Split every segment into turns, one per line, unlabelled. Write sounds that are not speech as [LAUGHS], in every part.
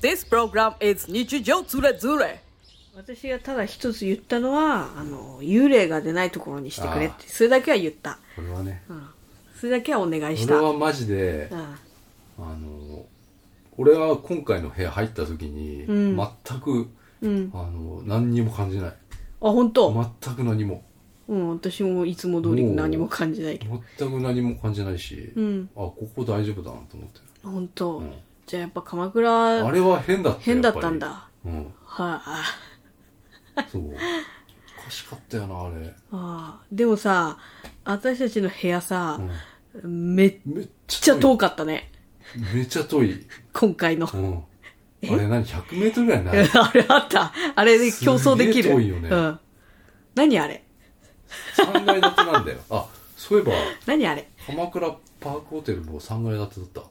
This program is 日常つれづれ。
私がただ一つ言ったのはあの幽霊が出ないところにしてくれってそれだけは言った
これはね
それだけはお願いし
こ
た
れはマジで
うん
あの俺は今回の部屋入った時に、
うん
全く
うん
あの何にも感じない
あ本当、
全く何も
うん私もいつも通り何も感じないけど
全く何も感じないし、
うん
あここ大丈夫だなと思って
本当、
ん
じゃあやっぱ鎌
るあ
倉
れは変だった
変だったん
やっ
だ
ぱりう
は
ん
い、あ
そうおかしかったよなあれ、
あでもさ私たちの部屋さ、
う
めっ
ん、めっ
ち
ち
ゃ
ゃ遠
遠かったね
いめっちゃ遠い、
今回の
うん、あれ何 100m ぐらいない
[LAUGHS] あれあったあれで競争できる
すげえ遠いよね
うん、何あれ
3階建てなんだよあそういえば
何あれ
鎌倉パークホテルも3階建てだっ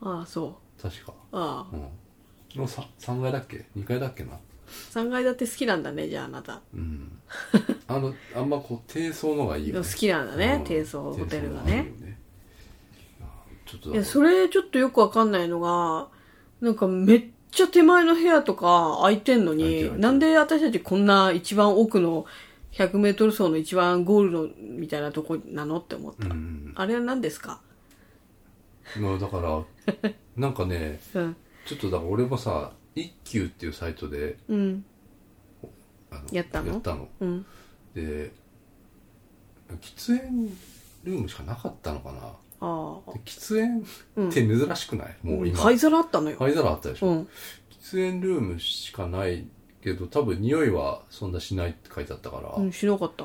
ああそう
た確か
ああ
うんの 3, 3階だっけ2階だっけな
3階建て好きなんだねじゃああなた
うんあのあんまこう低層のがいいよ、ね、
好きなんだね
うん
低層ホテルがね
低層のいいよいやちょっと
いや、
れ
それちょっとよくわかんないのが、なんかめっちゃ手前の部屋とか空いてんの
空いてる空いて
に、
る
なんで私たちこんな一番奥の100メートル走の一番ゴールドみたいなとこなのって思った。
うん
あれは何ですか
まあだからなんかね
うん。
ちょっとだから俺もさ一休っていうサイトで
うん。
あの
やったのうん。
で喫煙ルームしかなかったのかな
ああ
で。喫煙
うん
って珍しくない、もう今
灰皿あったのよ。
灰皿あったでしょ、
うん。
喫煙ルームしかないけど多分匂いはそんなしないって書いてあったから、
う
い
ん、しなかった。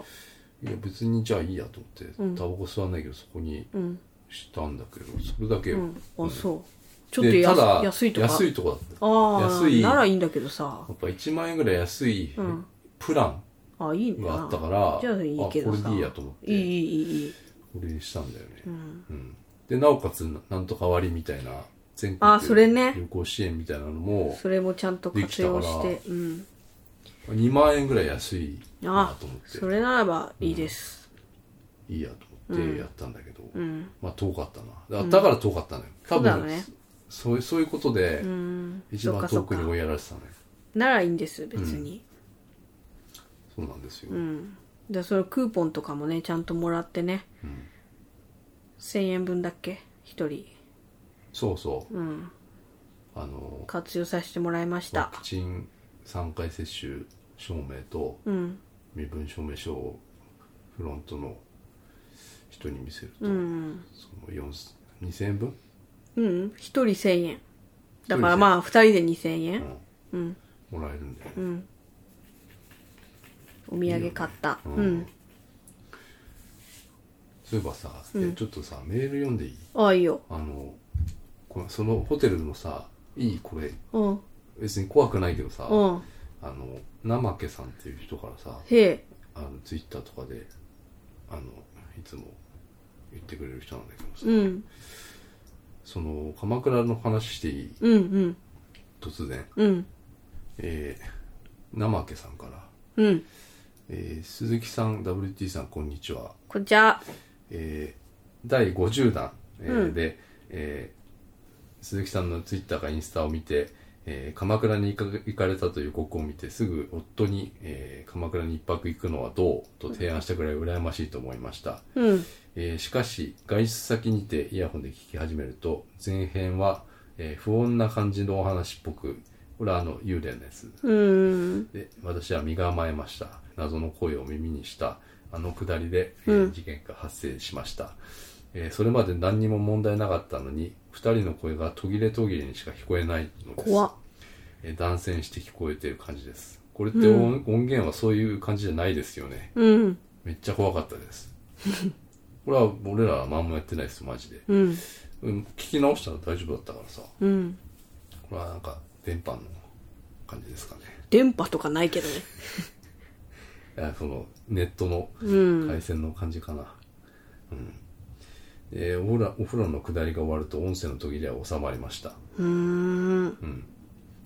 や別にじゃあいいやと思って、
うん
タバコ吸わないけどそこに
うん。
したんだけどそれだけ
う
よ、
ん。あ、そう。ちょっと
でた
や
だ
安いとか。
安いとこだった
ああ、
安い
ならいいんだけどさ
や。っぱ1万円ぐらい安い
うん
プラン
あ、いいね。
があったから、
じゃあいいけどさ。
あこれでいいやと思って
いい、いい、いい、いい。
これにしたんだよね、
うん。
うんでなおかつななんとか割みたいな全
あそれね
国旅行支援みたいなのも
それもちゃんと活用して
できた
うん
2万円ぐらい安いな
あ
と思って
それならばいいです
いいやと思ってやったんだけど、
うん
まあ遠かったなだだから遠かったのよ、多分
そうだね
そうそういうことで、
うん
一
そっ
番
かそ
遠
っか
くに追いやられてたのよ
ならいいんです別に
そうなんですよ、
うんでそのクーポンとかもねちゃんともらってね
ん
1000円分だっけ1人
そうそう
うん
あの
活用させてもらいまし
ワ
た
クチン3回接種証明と
うん
身分証明書をフロントの人に見せると、
うん
その4 2000円分、
うん1人1000円だか
一人1000
ら
円
まあ2人で2000
う
円
ん
うん
もらえるんだよね、
うんお土産買った
うん
うん
そういえばさ、えちょっとさメール読んでいい
ああいいよ
あのこのそのホテルのさいいこれ
うん
別に怖くないけどさ、
うん
あの生けさんっていう人からさ
へえ
あのツイッターとかであのいつも言ってくれる人なんだけどさ、
うん
その鎌倉の話していい
うんうん
突然
うん
えー、生けさんから、
うん。
えー鈴木さん WT さんこんにちは
こんにちは。
えー第50弾、えー
うん
で、えー鈴木さんのツイッターかインスタを見て、えー鎌倉に行か行かれたという告を見てすぐ夫に、えー鎌倉に一泊行くのはどうと提案したくらい羨ましいと思いました、
うん。
えーしかし外出先にてイヤホンで聞き始めると前編は、えー不穏な感じのお話っぽくこれはあの幽霊のやつ
うーん。
で私は身構えました謎の声を耳にしたあのくだりで、えー事件が発生しました、えーそれまで何にも問題なかったのに2人の声が途切れ途切れにしか聞こえないのです
怖っ
えー断線して聞こえてる感じですこれって音,、音源はそういう感じじゃないですよね
うん。
めっちゃ怖かったです [LAUGHS] これは俺らは何もやってないですマジで、
うん。
うん聞き直したら大丈夫だったからさ
うん。
これはなんか電波の感じですかね
電波とかないけどね。
いやそのネットの
うん。
回線の感じかなうん、えーお風呂お風呂の下りが終わると音声の途切れは収まりました、
うーん。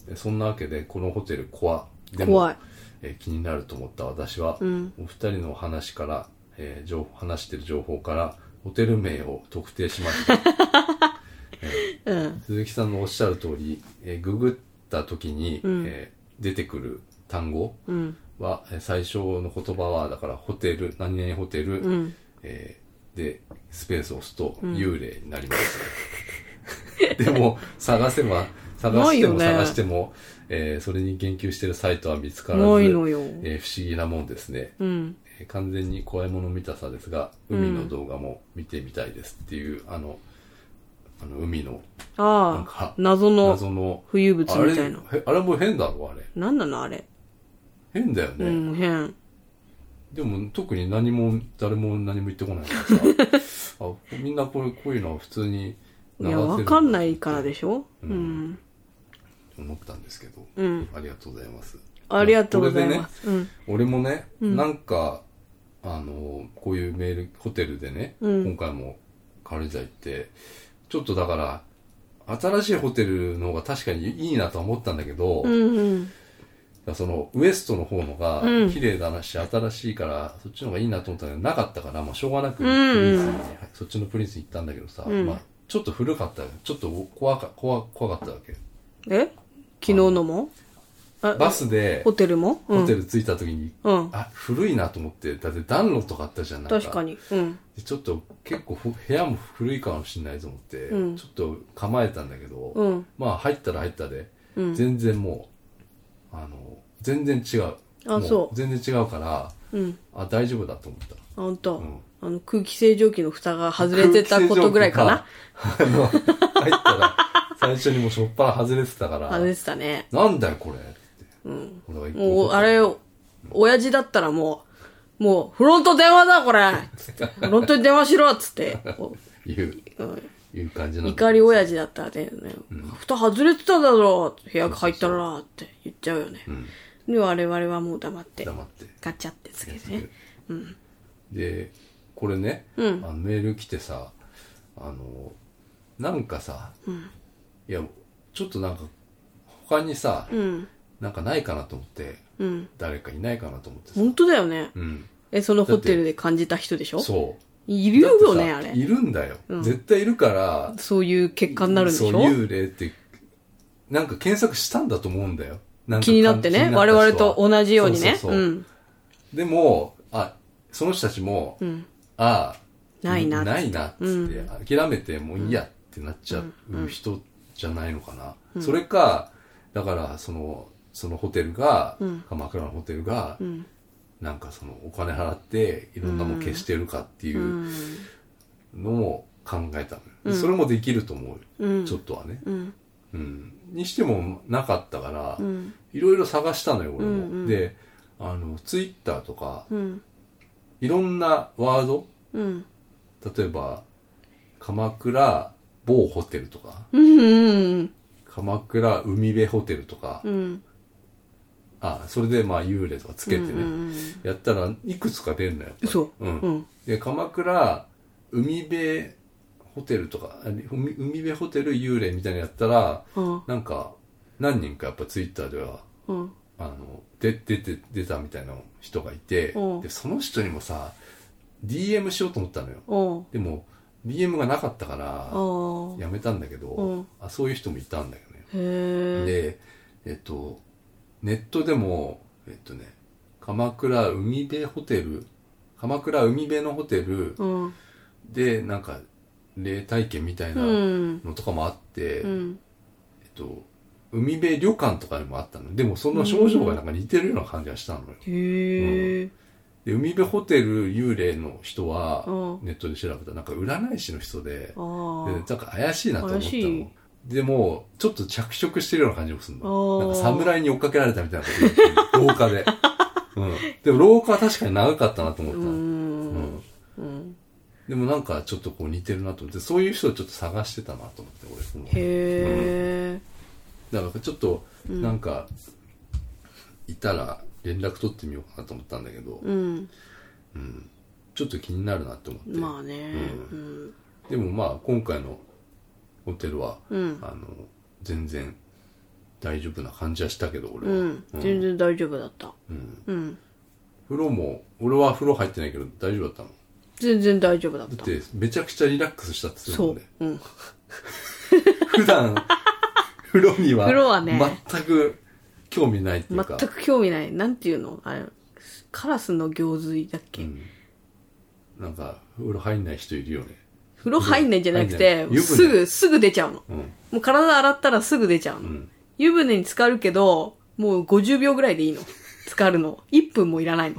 えそんなわけでこのホテル怖で
怖い。
えー気になると思った私は、
うん
お二人の話から、え
[LAUGHS]
ー情報話してる情報からホテル名を特定しました、え
うん。
鈴木さんのおっしゃる通り、えーググった時に、
うん
えー出てくる単語
うん。
は、えー最初の言葉はだからホテル何々ホテル、
うん。
えーでスペースを押すと幽霊になります、 [LAUGHS] でも探せば探
ない
して
よ
も
ね
探しても、えーそれに言及してるサイトは見つからず
ないのよ
えー不思議なもんですね、
うん。
えー完全に怖いもの見たさですが海の動画も見てみたいですっていう、あのあの海のなん
あ
か
あ、謎の
謎の
浮遊物みたいな。
あれへあれも変だろあれ
なんなのあれ。
変だよ
う
ね、
ん、変。
でも特に何も誰も何も言ってこないからさ
[LAUGHS]
あみんなこれこういうのは普通に
い
せ
や、
る
わかんないからでしょうん。
思ったんですけど、
うん
ありがとうございます
ありがとうございます。
これでね俺もね、なんかあのこういうメールホテルでね、
うん
今回も軽井沢行ってちょっとだから新しいホテルの方が確かにいいなとは思ったんだけど、
うん。うんうん。
そのウエストの方のが
うん
綺麗だなし、新しいからそっちの方がいいなと思ったけどなかったから、まあ、しょうがなくプ
うん
リ
うん
ンスに、そっちのプリンスに行ったんだけどさ、
うん
まあ、ちょっと古かったよちょっと怖か怖怖かったわけ
え昨日のもあ
バスで
ホテルもうん
ホテル着いた時に、
うん。
あ古いなと思ってだって暖炉とかあったじゃんない
確かに。うん。
でちょっと結構ふ部屋も古いかもしれないと思って、
うん
ちょっと構えたんだけど、
うん。
まあ入ったら入ったで、
うん
全然もうあの全然違う
あ
も
そう
全然違うから
うん。
あ大丈夫だと思った
あほんと
ん。
あの、空気清浄機の蓋が外れてたことぐらいかな
空気清浄機があの入ったら最初にもうしょっぱら外れてたから
外れてたね。
なんだよこれって、俺は一個怒
も
っ
う、
た
あれ、親父だったらもう、もう、フロント電話だ、こ
[LAUGHS]
れつってフロントに電話しろっつって。こ
言う
ううん
いう感じなんだ
怒り親父だったらね、蓋外れてただろう部屋入ったらって言っちゃうよね。で、我々はもう黙って、
黙って
ガチャってつけてね。
でこれね、
うん
あのメール来てさあのなんかさ、いやちょっとなんか他にさ、
うん、
なんかないかなと思って
うん。
誰かいないかなと思ってさ、
本当だよね。
うん、
え、そのホテルで感じた人でしょ
そう
いるよね、
だっ
あ
てさ
れ。
いるんだよ、絶対いるから
そういう結果になるんでし
そう
ょ
幽霊ってなんか検索したんだと思うんだよんか
気になって
気
ね。
になった
我
人は
々と同じようにね。
そ
う。
うそうそうんでもあその人たちも、
うん。
ああ
ないなっつって
ないなっつって、諦めてもういいやってなっちゃう人じゃないのかな、それかだからそのそのホテルが、
うん
鎌倉のホテルが、
うん。。
なんかそのお金払っていろんなもん消してるかっていううんのを考えたのよ、でそれもできると思う、
うん
ちょっとはね、
うん。
うん、にしてもなかったから、
ん
いろいろ探したのよ俺も、
うんうん
であのツイッターとか
うん。
いろんなワード
うん。
例えば鎌倉某ホテルとか
うん。うん。
鎌倉海辺ホテルとか、
うん。
あそれでまあ幽霊とかつけてね、
うん。
やったらいくつか出るのよやっぱり、
そううんん。
で鎌倉海辺ホテルとかあ海海辺ホテル幽霊みたいなのやったら
うん。
なんか何人かやっぱツイッターでは
うん。
あので出て出たみたいな人がいて
うん
でその人にもさ DM しようと思ったのよ
うん。
でも DM がなかったから
ああ。
やめたんだけど、
うん
あそういう人もいたんだよね、
へえ。
でえっとネットでもえっとね鎌倉海辺ホテル鎌倉海辺のホテル
うん。
でなんか霊体験みたいな
うん。
のとかもあって、
うん。
えっと海辺旅館とかにもあったのでもその症状がなんか似てるような感じがしたのよ、
へえ。
で海辺ホテル幽霊の人は
うん
ネットで調べたらなんか占い師の人で、
あ
でなんか怪しいなと思った
怪しい
の。でも、ちょっと着色してるような感じもする
あ
の。
ー
なんか侍に追っかけられたみたいなこと言って
[LAUGHS]
る廊下で。うん。でも廊下は確かに長かったなと思っ
あ。
た
う
の。
ん。
ん
うん。
でもなんかちょっとこう似てるなと思って、そういう人をちょっと探してたなと思って、俺その。
へえ。
だからちょっと、なんか、いたら連絡取ってみようかなと思ったんだけど、
うん。
ちょっと気になるなって思って。
まあね。うん。
でもまあ今回のホテルは、
うん
あの全然大丈夫な感じはしたけど俺は、
うん。全然大丈夫だった。うん。
風呂も俺は風呂入ってないけど大丈夫だったの
全然大丈夫だっ。
だったてめちゃくちゃリラックスしたってする
そ
も
う
んね。
うん。
[LAUGHS] 普段、風呂には、
風呂はね
全く興味ないっていうか、
全く興味ない。なんていうのあれ、カラスの行水だっけ、
なんか、風呂入んない人いるよね。
風呂入んないんじゃなく
入
て、
んない湯船
すぐ、すぐ出ちゃうの。
うん。
もう体洗ったらすぐ出ちゃうの。
ん
湯船に浸かるけど、もう50秒ぐらいでいいの。浸かるの。1分もいらない [LAUGHS]
うん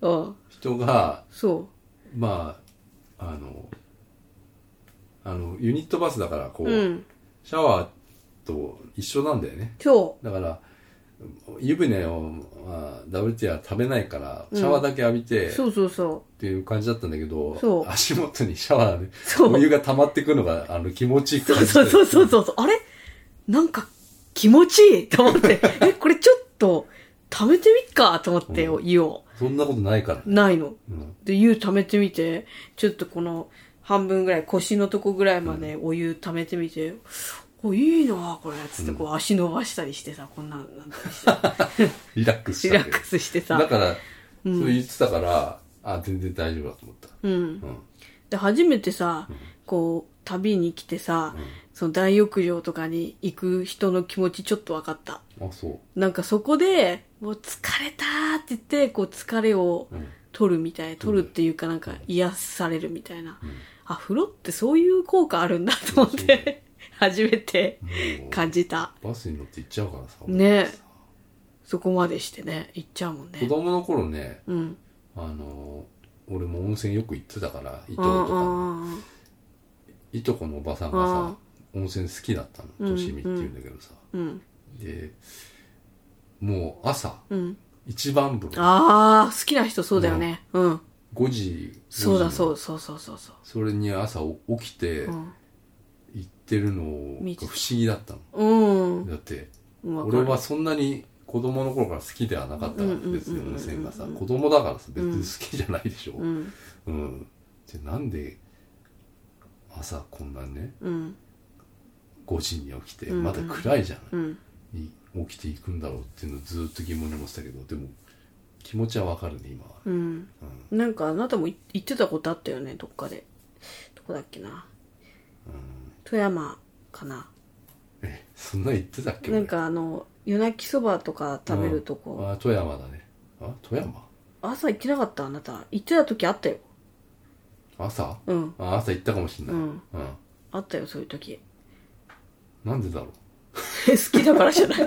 の。うん。
人が、
そ
まあ、あの、あの、ユニットバスだから、こう、
う。うん。
シャワーと一緒なんだよね。
そ
だから、湯船を、まあ、WT は食べないから、シャワーだけ浴びて、
う。そうそうそ
っていう感じだったんだけど、
そう
足元にシャワーで
そう。
お湯が溜まってくのがあの気持ちいいう感
そう
じで
そうそうそうそう。あれなんか気持ちいいと思って。 [LAUGHS] え、これちょっと、溜めてみっかと思ってよ、湯を。
そんなことないから、
ないの。
うん
で、湯溜めてみて、ちょっとこの半分ぐらい、腰のとこぐらいまでお湯溜めてみて、お、いいなあこれ、つってこう足伸ばしたりしてさ、こんな、なんて
リラックスし
リ
た
ラ
け
ッ
ど
クスして
だ
さ。
から、そう言ってたからあ全然大丈夫だと思った、
うん。
うん
で、初めてさ、こう、旅に来てさ、その大浴場とかに行く人の気持ちちょっと分かった。
あそ
なんかそこで、もう疲れたーって言って、こう疲れを
う、うん
取るみたい、取るっていうかなんか癒されるみたいな。あ、風呂ってそういう効果あるんだと思っ
そうだ
て、初めて
もう
感じた。
バスに乗って行っちゃうからさ、
ねそこまでしてね、行っちゃうもん
子
ね。
供の頃ね
うん。
あの俺も温泉よく行ってたから伊
う
東と
ん
か
う
の
んうん
いとこのおばさんが
あ
さ温泉好きだった
う
の
ん
としみっていうんだけどさ、
うん。
でもう朝
うん。
一番風呂
ああ、好きな人そうだよね。うん。
5時
そうだ
5時の
そうそうそうそうそう。
それに朝起きて
うん
行ってるのが
見
不
てた
思議だったの、
うん。
だって
わか
俺
る
はそんなに子供の頃から好きではなかったから
うんうんうんうん
別に温泉がさ子供だからさ別に好きじゃないでしょう、
うんん。
でなんで朝こんなね
うん。
5時に起きて
うんうん
まだ暗いじゃない、
うん。
に起きていくんだろうっていうのをずっと疑問に思ってたけどでも気持ちはわかるね今は
うん。なんかあなたもい言ってたことあったよね、どっかで。どこだっけな。富山かな。
えそんな言ってたっけ
なんかあの、夜泣きそばとか食べるとこ、
あ富山だねあ富山
朝行ってなかったあなた。行ってた時あったよ。
朝
うん。
あ朝行ったかもしれない、
うん
うん
あったよ、そういう時。 [LAUGHS]
なんでだろ
好きだからじゃ [LAUGHS] ない。
う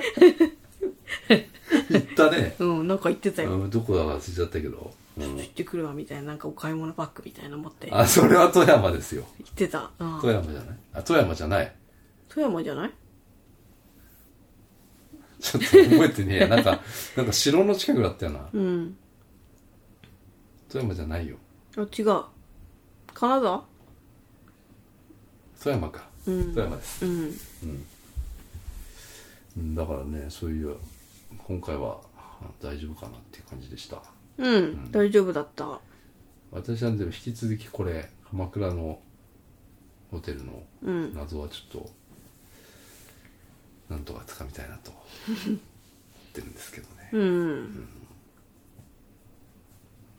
行っ
[LAUGHS]
たね、
うん、なんか行ってたよ。
うん、どこだか忘れちゃったけど、う
ちょっと
ん、
行ってくるわ、みたいな。なんかお買い物バッグみたいなの持って。行
あそれは富山ですよ
ってた。うん。
富山じゃないあ富山じゃない
富山じゃない
ちょっと覚えてねえやなんかなんか城の近くだったよな
うん。
富山じゃないよ
あ、違う。金沢
富山か、
うん
富山です
うん。
うんだからねそういう今回はあ大丈夫かなっていう感じでした
うん、大丈夫だった。
私はでも引き続きこれ鎌倉のホテルの
うん。
謎はちょっとなんとかつかみたいなと思ってるんですけどね
うん。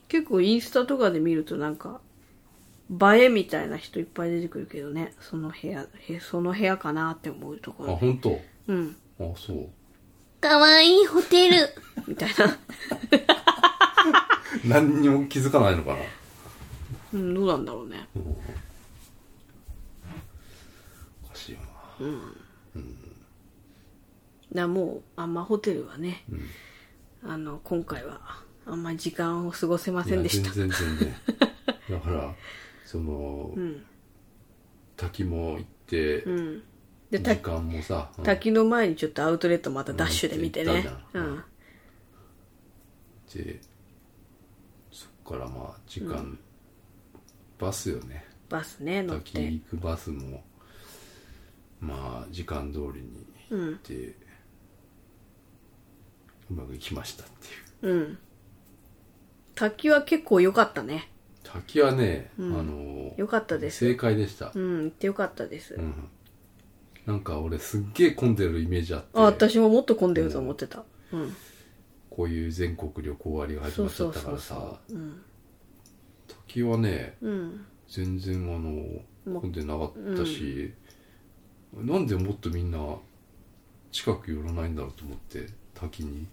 結構インスタとかで見るとなんか、映えみたいな人いっぱい出てくるけどね。その部屋、へその部屋かなって思うとこ
あ
ろ。
本当
うん。
あそう
かわいいホテルみたいな。
何にも気づかないのかな
うん、どうなんだろうね。
おかしいよ
だからもう、あんまホテルはね、あの、今回は、あんま時間を過ごせま
な
せんでした。
全然全然だからその、
ん
滝も行って、
うん。で、た
時間もさ、うん
滝の前にちょっとアウトレットまたダッシュで見て
うん行
ね
ったじ。
う
ゃん
ん。
でそっからまあ時間、バスよね
バスね、乗っ
滝
て。
行くバスもまあ時間通りに行って、うまくいきましたっていう
うん。滝は結構良かったね。
滝はね、あの
よかったです
正解でした、
うん、行って良かったです。
うんなんか俺すっげえ混んでるイメージあって
あ、私ももっと混んでると思ってた。うん。
こういう全国旅行割が始まっちゃったから
そうそう
さ滝はね
うん。
全然あの混んでなかったし、なんでもっとみんな近く寄らないんだろうと思って
[LAUGHS]
滝に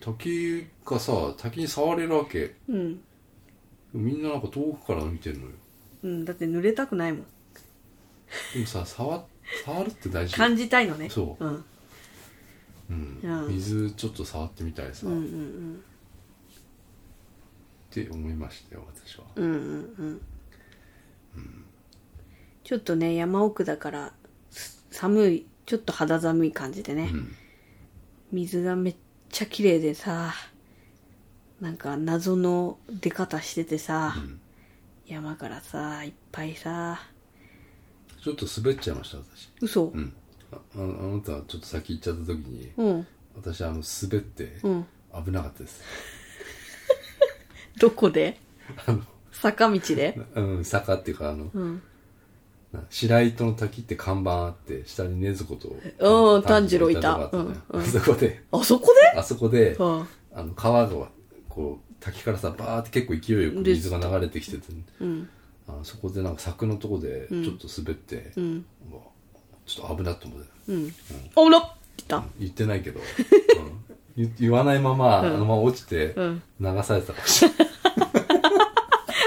滝がさ滝に触れるわけ
うん、
みんななんか遠くから見てるのよ
うん、だって濡れたくないもん
でもさ触触るって大事
感じたいのね
そう
うん、
うん
うん
水ちょっと触ってみたいさ、
うん
っ
うん
て思いましたよ私は
うんうんうんうんちょっとね山奥だからす寒いちょっと肌寒い感じでね、
うん
水がめっちゃ綺麗でさなんか謎の出方しててさ、
うん
山からさいっぱいさ
ちょっと滑っちゃいました私
嘘
うんあああなたはちょっと先行っちゃった時に
うん
私あの滑って
うん
危なかったです、
どこで
あの
[LAUGHS] 坂道で
うん、坂っていうかあの、
うん
な白糸の滝って看板あって下に禰豆子と
うん炭治郎いた
とこあったじゃ
うんうん
んあそこで [LAUGHS]
あそこで
あそこで
あ
あの川がこう滝からさバーって結構勢いよく水が流れてきてて、
うん
あそこでなんか柵のとこでちょっと滑って、
うん
うわちょっと危なっと思って
うん危なっ来た
言ってないけ
[LAUGHS]
ど、うん言言わないまま、あのまま落ちて
うん
流されてたかもしれない、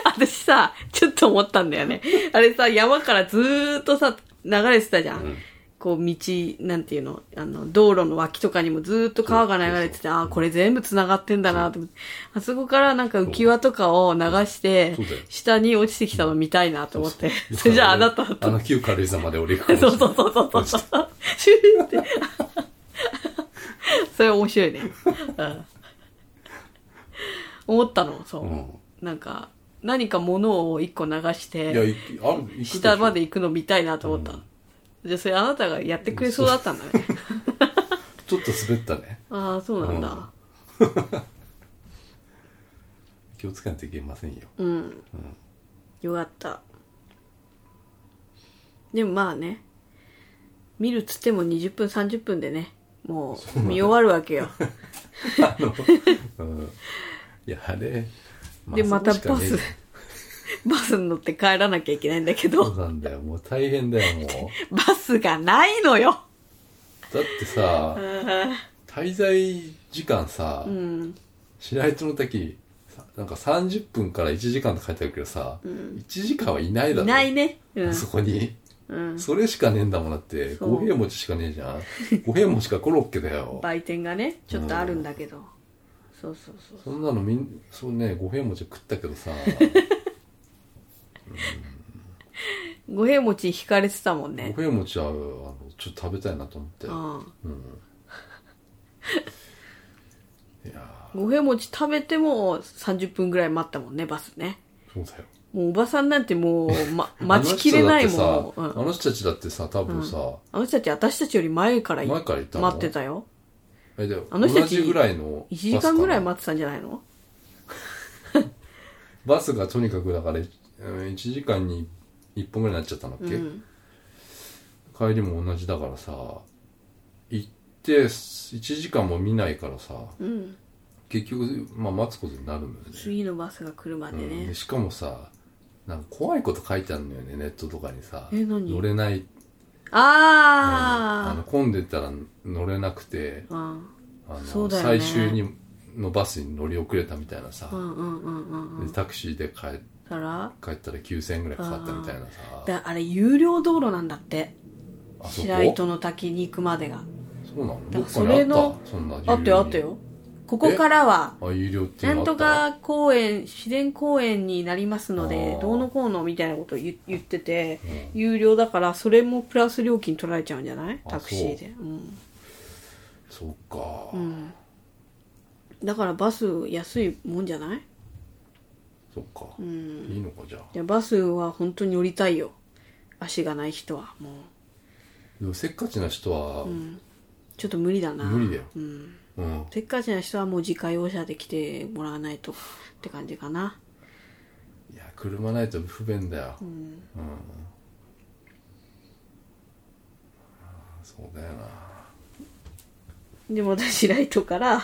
私さ、ちょっと思ったんだよね。あれさ、山からずーっとさ、流れてたじゃん。
うん
こう、道、なんていうの、あの、道路の脇とかにもずーっと川が流れて
そう
て、
そう
ああ、これ全部繋がってんだなと思って、あそこからなんか浮き輪とかを流して
そうだよ、
下に落ちてきたの見たいなと思
[LAUGHS]
って。
う
それじゃああなた
あ
と。
の旧軽井沢まで俺行くか
そう
もしれ
[LAUGHS] そうそ
ない
うそうそう。シューって。それ面白いね。うん。思ったの、そう。
うん
なんか、何か物を一個流し
い
て、
やいある行くでしょ
下まで行くの見たいなと思ったの。じゃあ、それあなたがやってくれそうだったんだね。
ちょっと滑ったね
ああ、そうなんだ。
気をつけないといけませんよ
うん。よかった。でもまあね、見るっつっても20分、30分でね、もう見終わるわけよ。
あの、うん、いやあれ、
で
あ
また
そこしかね
バスに乗って帰らなきゃいけないんだけ
そう
ど、
なんだよもう大変だよもう
バスがないのよ。
だっ
[LAUGHS]
てさ滞在時間さ、
うん。
白糸の滝さなんか30分から1時間って書いてあるけどさ、1時間はいない
い
だろ
ないね。うん。
そこに、
うん。
それしかねえんだもんだって
そう
五平餅しかねえじゃん五平餅かコロッケだよ
売店がね、ちょっとあるんだけど。そうそうそう。
そんなのみんそうね五平餅は食ったけ
[LAUGHS]
どさ
五平餅引かれてたもん
五
ね。
平餅はあのちょっと食べたいなと思って
うん。
いや
五平餅食べても30分ぐらい待ったもんね、バスね。
ーそうだよ
もうおばさんなんてもう、
[LAUGHS]
ま、待ちきれない
あの
もん。
人
うん
だってさあの人たちだってさ多分さ、
あの人たち、私たちより前からい
前からいたの
待ってたよ。
えで
あの人
同
たち
じぐらいの
1時間ぐらい
バ
待
スかな
ってたんじゃないの
バスがとにかくだから1時間に1本ぐらいになっちゃったんだっけ、
うん
帰りも同じだからさ行って1時間も見ないからさ
うん。
結局、まあ、待つことになるんだよね
次のバスが来るまで
うん
ね
で。しかもさなんか怖いこと書いてあるのよねネットとかにさ
え何
乗れないあの
あ
混んでたら乗れなくて
ー。うん。
あの
そうだよね
最終にのバスに乗り遅れたみたいなさ、
うんうんうんうんうん。
でタクシーで帰
だから
帰ったら9000円ぐらいかかったみたいなさ
だあれ有料道路なんだって
あそこ
白糸の滝に行くまでが
そうなの
だか
ど
ら
っ
そ
か
れ
にあ
の
ったそんな
あったよあったよここからは
あ有料ってい
な
うんのあ
と
った
か公園自然公園になりますので
あー
どうのこうのみたいなことを言言ってて、有料だからそれもプラス料金取られちゃうんじゃない
あ
タクシーでう、ん、
そっか、
だからバス安いもんじゃない
そっか、いいのかじゃあ
いやバスは本当に乗りたいよ足がない人はもう
でもせっかちな人は
ちょっと無理だな
無理だよ
う、
うんうん、
せっかちな人はもう自家用車で来てもらわないとって感じかない
や車ないと不便だようん、あーそうだよな
でまた白糸から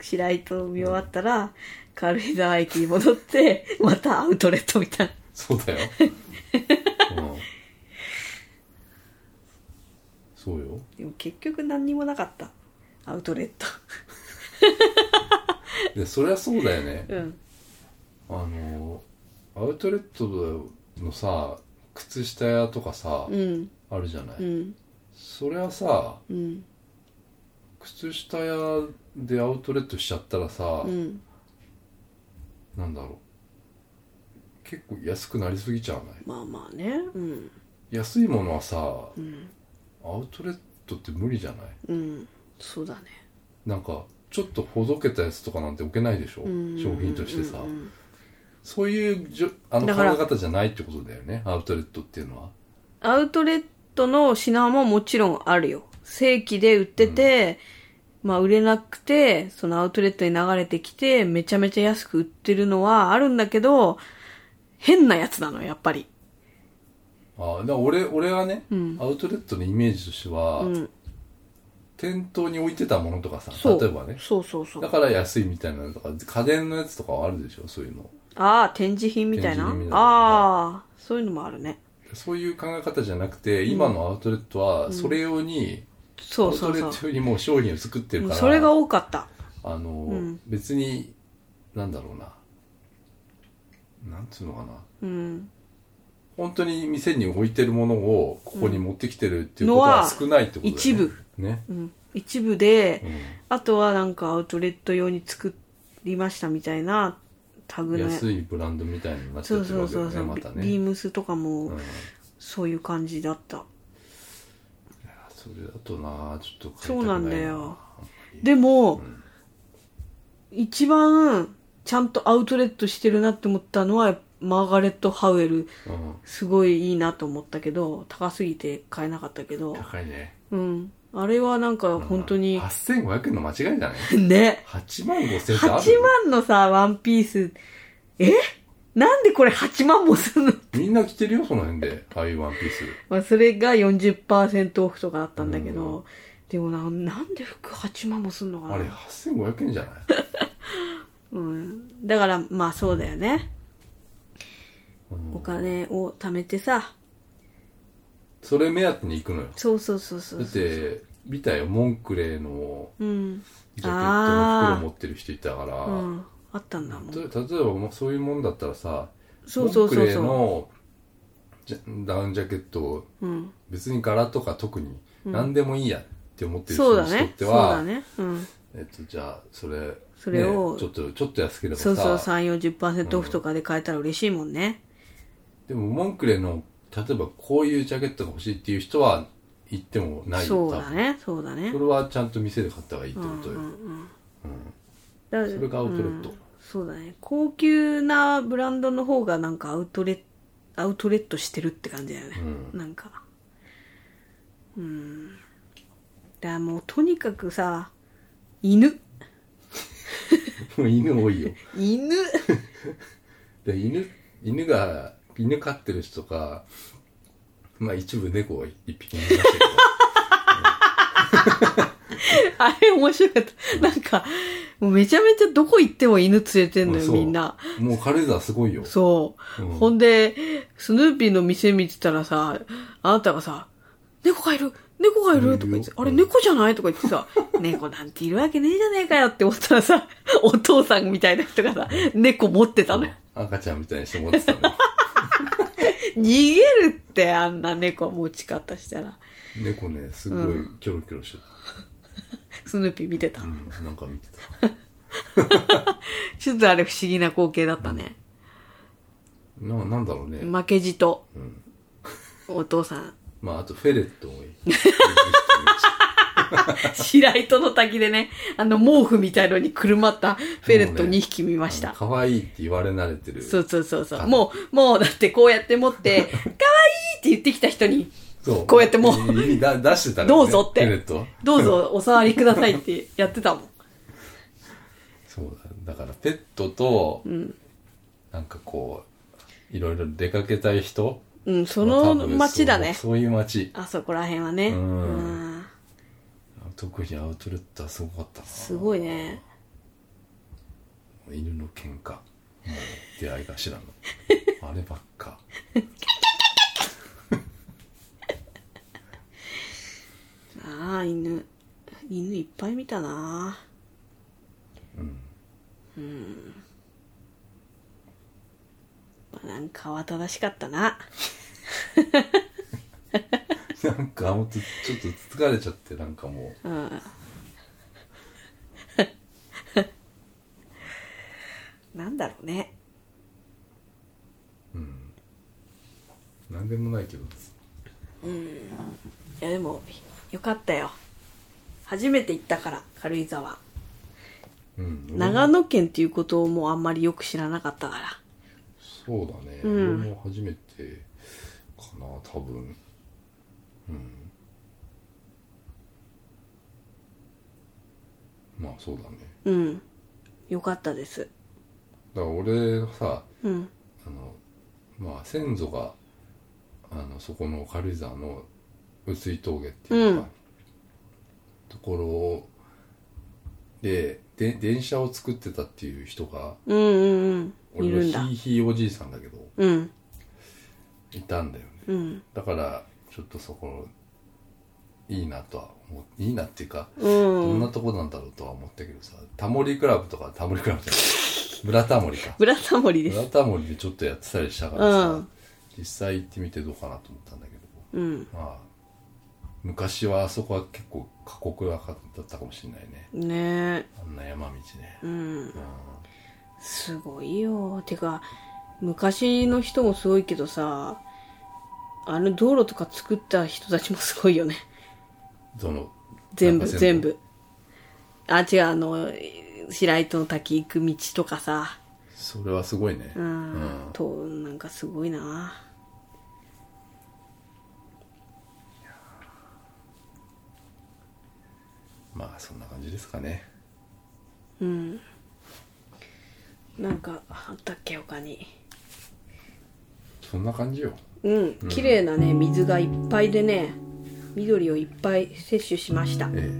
白糸見終わったら軽井沢駅に戻ってまたアウトレットみたいな
そうだよ、うん、そうよ
でも結局何にもなかったアウトレット
でそりゃそうだよね
うん
あのアウトレットのさ靴下屋とかさ、
うん
あるじゃない、
うん
そりゃさ
うん
靴下屋でアウトレットしちゃったらさ、
うん
なんだろう結構安くなりすぎちゃわない
まあまあねうん
安いものはさ
うん
アウトレットって無理じゃない
うんそうだね
なんかちょっとほどけたやつとかなんて置けないでしょ、
うん
商品としてさ、
うんうん
そういうじょあの
だ
考
から
え方じゃないってことだよねアウトレットっていうのは
アウトレットの品ももちろんあるよ正規で売ってて、まあ売れなくてそのアウトレットに流れてきてめちゃめちゃ安く売ってるのはあるんだけど変なやつなのよやっぱり
ああだから俺俺はね、
うん
アウトレットのイメージとしては、
うん
店頭に置いてたものとかさ
そう
例えばね
そうそうそう
だから安いみたいなのとか家電のやつとかはあるでしょそういうの
ああ展示品みたいな
展示品みたいな
ああそういうのもあるね
そういう考え方じゃなくて今のアウトレットはそれ用に、
そ
ア
う
ウ
そ
ト
う
レ
そう
ット用にもう商品を作ってる
もう
から
それが多かった
あの、
ん
別になんだろうななんつうのかな
うん
本当に店に置いてるものをここに持ってきてるっていうこ
の
とは
は
少ないってことだよね
一部
ね、
うん一部で、
うん
あとはなんかアウトレット用に作りましたみたいなタグのや
安いブランドみたいになっち
そ
ゃ
う
ってる
そ
わ
う
けだ
そ
よ
うそ
ね
う、
また
ビビー
ね、
ムスとかも
うん、
そういう感じだった、
それだとなちょっと買いたくい
そうなんだよ
で
でも、一番ちゃんとアウトレットしてるなって思ったのはマーガレット・ハウエル
うん
すごいいいなと思ったけど高すぎて買えなかったけど
高いね
うんあれはなんか本当に、
8500円の間違いじゃな
[LAUGHS]
い
ね
8万5000円って
8
ある
万のさワンピースえなんでこれ8万もするの [LAUGHS]
みんな着てるよその辺でああいうワンピース
まあそれが40%オフとかだったんだけど、でもななんで服8万もすんのかな
あれ8500円じゃない
うん、だからまあそうだよね、
うん
お金を貯めてさ
それ目当てに行くのよ
そうそうそうそ
だっ
う
て見たよモンクレーの
うん
ジャケットの袋持ってる人いたから、
うんあったんだもん
た例えばもうそういうもんだったらさ
そうそうそ
モン
う
クレー
そ
のジャダウンジャケットを
う、うん、
別に柄とか特に何でもいいやって思ってる
そうだ
人にとっ
ね
て
そう
は、
だね、うん、
えっと、じゃあそれ
それを
ね、ちょっとちょっと安ければさ
そうそう340%オフとかで買えたら嬉しいもんね、
でもモンクレーの例えばこういうジャケットが欲しいっていう人は言ってもない
そう
多
だ
分
ねそうだね
それはちゃんと店で買った方がいいって
う
こ
ん
と
う
よ、
んうんだから
それがアウトレット
うんそうだね高級なブランドの方がなんかアウトレアウトレットしてるって感じだよね、
う
なんかうんだからもうとにかくさ犬
犬多いよ
犬
で犬犬が犬飼ってる人とかまあ一部猫が一匹いましたけど
[LAUGHS] あれ面白かったなんかもうめちゃめちゃどこ行っても [LAUGHS] 犬連れてんの
うん
よ
そう
みんな
もう軽井沢すごいよ
そう、
うん
ほんでスヌーピーの店見てたらさあなたがさ「猫がいる猫がいる」とか言って
いるよ
あれ
うん
猫じゃない?」とか言って
[LAUGHS]
さ「猫なんているわけねえじゃねえかよ」って思ったらさお父さんみたいな人がさ猫持ってたのよ
赤ちゃんみたいにして持ってたの
[LAUGHS] 逃げるってあんな猫持ち方したら
猫ねすごいキョロキョロしてた、
スヌーピー見てたの
うんなんか見てた
ちょっとあれ不思議な光景だったね、
ななんだろうね、
負けじと
うん
お父さん
まああとフェレット
[LAUGHS]
もいい
白糸の滝でねあの毛布みたいのにくるまったフェレット2匹見ました、
かわいいって言われ慣れてる
そうそうそうそう。
あ
もう、もうだってこうやって持って、
[LAUGHS]
可愛いって言ってきた人に、
そう
こうやってもう
指だ出してたからね
どうぞって
フェレットは
どうぞお触りくださいってやってたもん。
そうだだからペットと、なんかこういろいろ出かけたい人
うん、その
まあ多分
街だね
そう。そういう街
あそこら辺はね。
う
うんん。
特にアウトレットはすごかったな
すごいね。
犬の喧嘩もう出会い [LAUGHS] 頭のあればっか
なあ犬犬いっぱい見たなあうん、まあ、なんか慌ただしかったな
なんかもうちょっと疲れちゃってなんかもう
なんだろうね
何でもないけど
いやでもよかったよ初めて行ったから軽井沢
うん俺も
長野県っていうことをもうあんまりよく知らなかったから
そうだね、
うん
俺も初めてかな多分うんまあそうだね
うんよかったです
だから俺さ
うん
あのまあ先祖があのそこの軽井沢の薄い峠っていうか、
うん
ところでで電車を作ってたっていう人が
うんうんうんい
俺の
る
ひ
んだ
いひいおじいさんだけど
うん
いたんだよね
うん
だからちょっとそこいいなとは思ういいなっていうか、
うん
どんなとこなんだろうとは思ったけどさタモリクラブとかタモリクラブじゃない村タモリか
ブラタモリで
村
す
タモリでちょっとやってたりしたからさ、
うん
実際行ってみてどうかなと思ったんだけど
うん
まあ昔はあそこは結構過酷だったかもしれないね
ね
あんな山道ね
えうん
うん
すごいよてか昔の人もすごいけどさあの道路とか作った人たちもすごいよね
その
全部
中山
全部あ違うあの白糸の滝行く道とかさ
それはすごいね、
うん、
うん
となんかすごいな
まあそんな感じですかね
なんかあったっけ他に
そんな感じよ
うん綺麗なね水がいっぱいでね緑をいっぱい摂取しました
え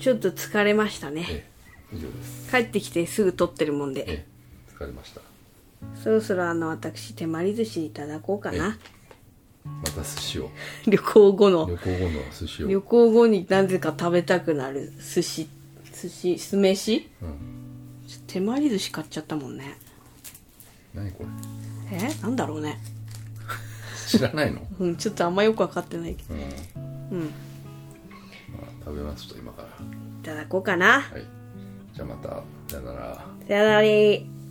ちょっと疲れました
ええ
ね
え以上です
帰ってきてすぐ撮ってるもんで
ええ疲れました
そろそろあの私手まり寿司いただこうかな
また寿司を
[LAUGHS] 旅行後
旅
の
行後の寿司
旅
を、
行後になぜか食べたくなる寿司寿司酢飯
うん、
ちょ手まり寿司買っちゃったもんね
何これ
えなんだろうね
知らないの、
うんちょっとあんまよく分かってないけど
うん
うんい
まあ、食べますと今から
ただこうかな
はいじゃあまたさよなら
さよなら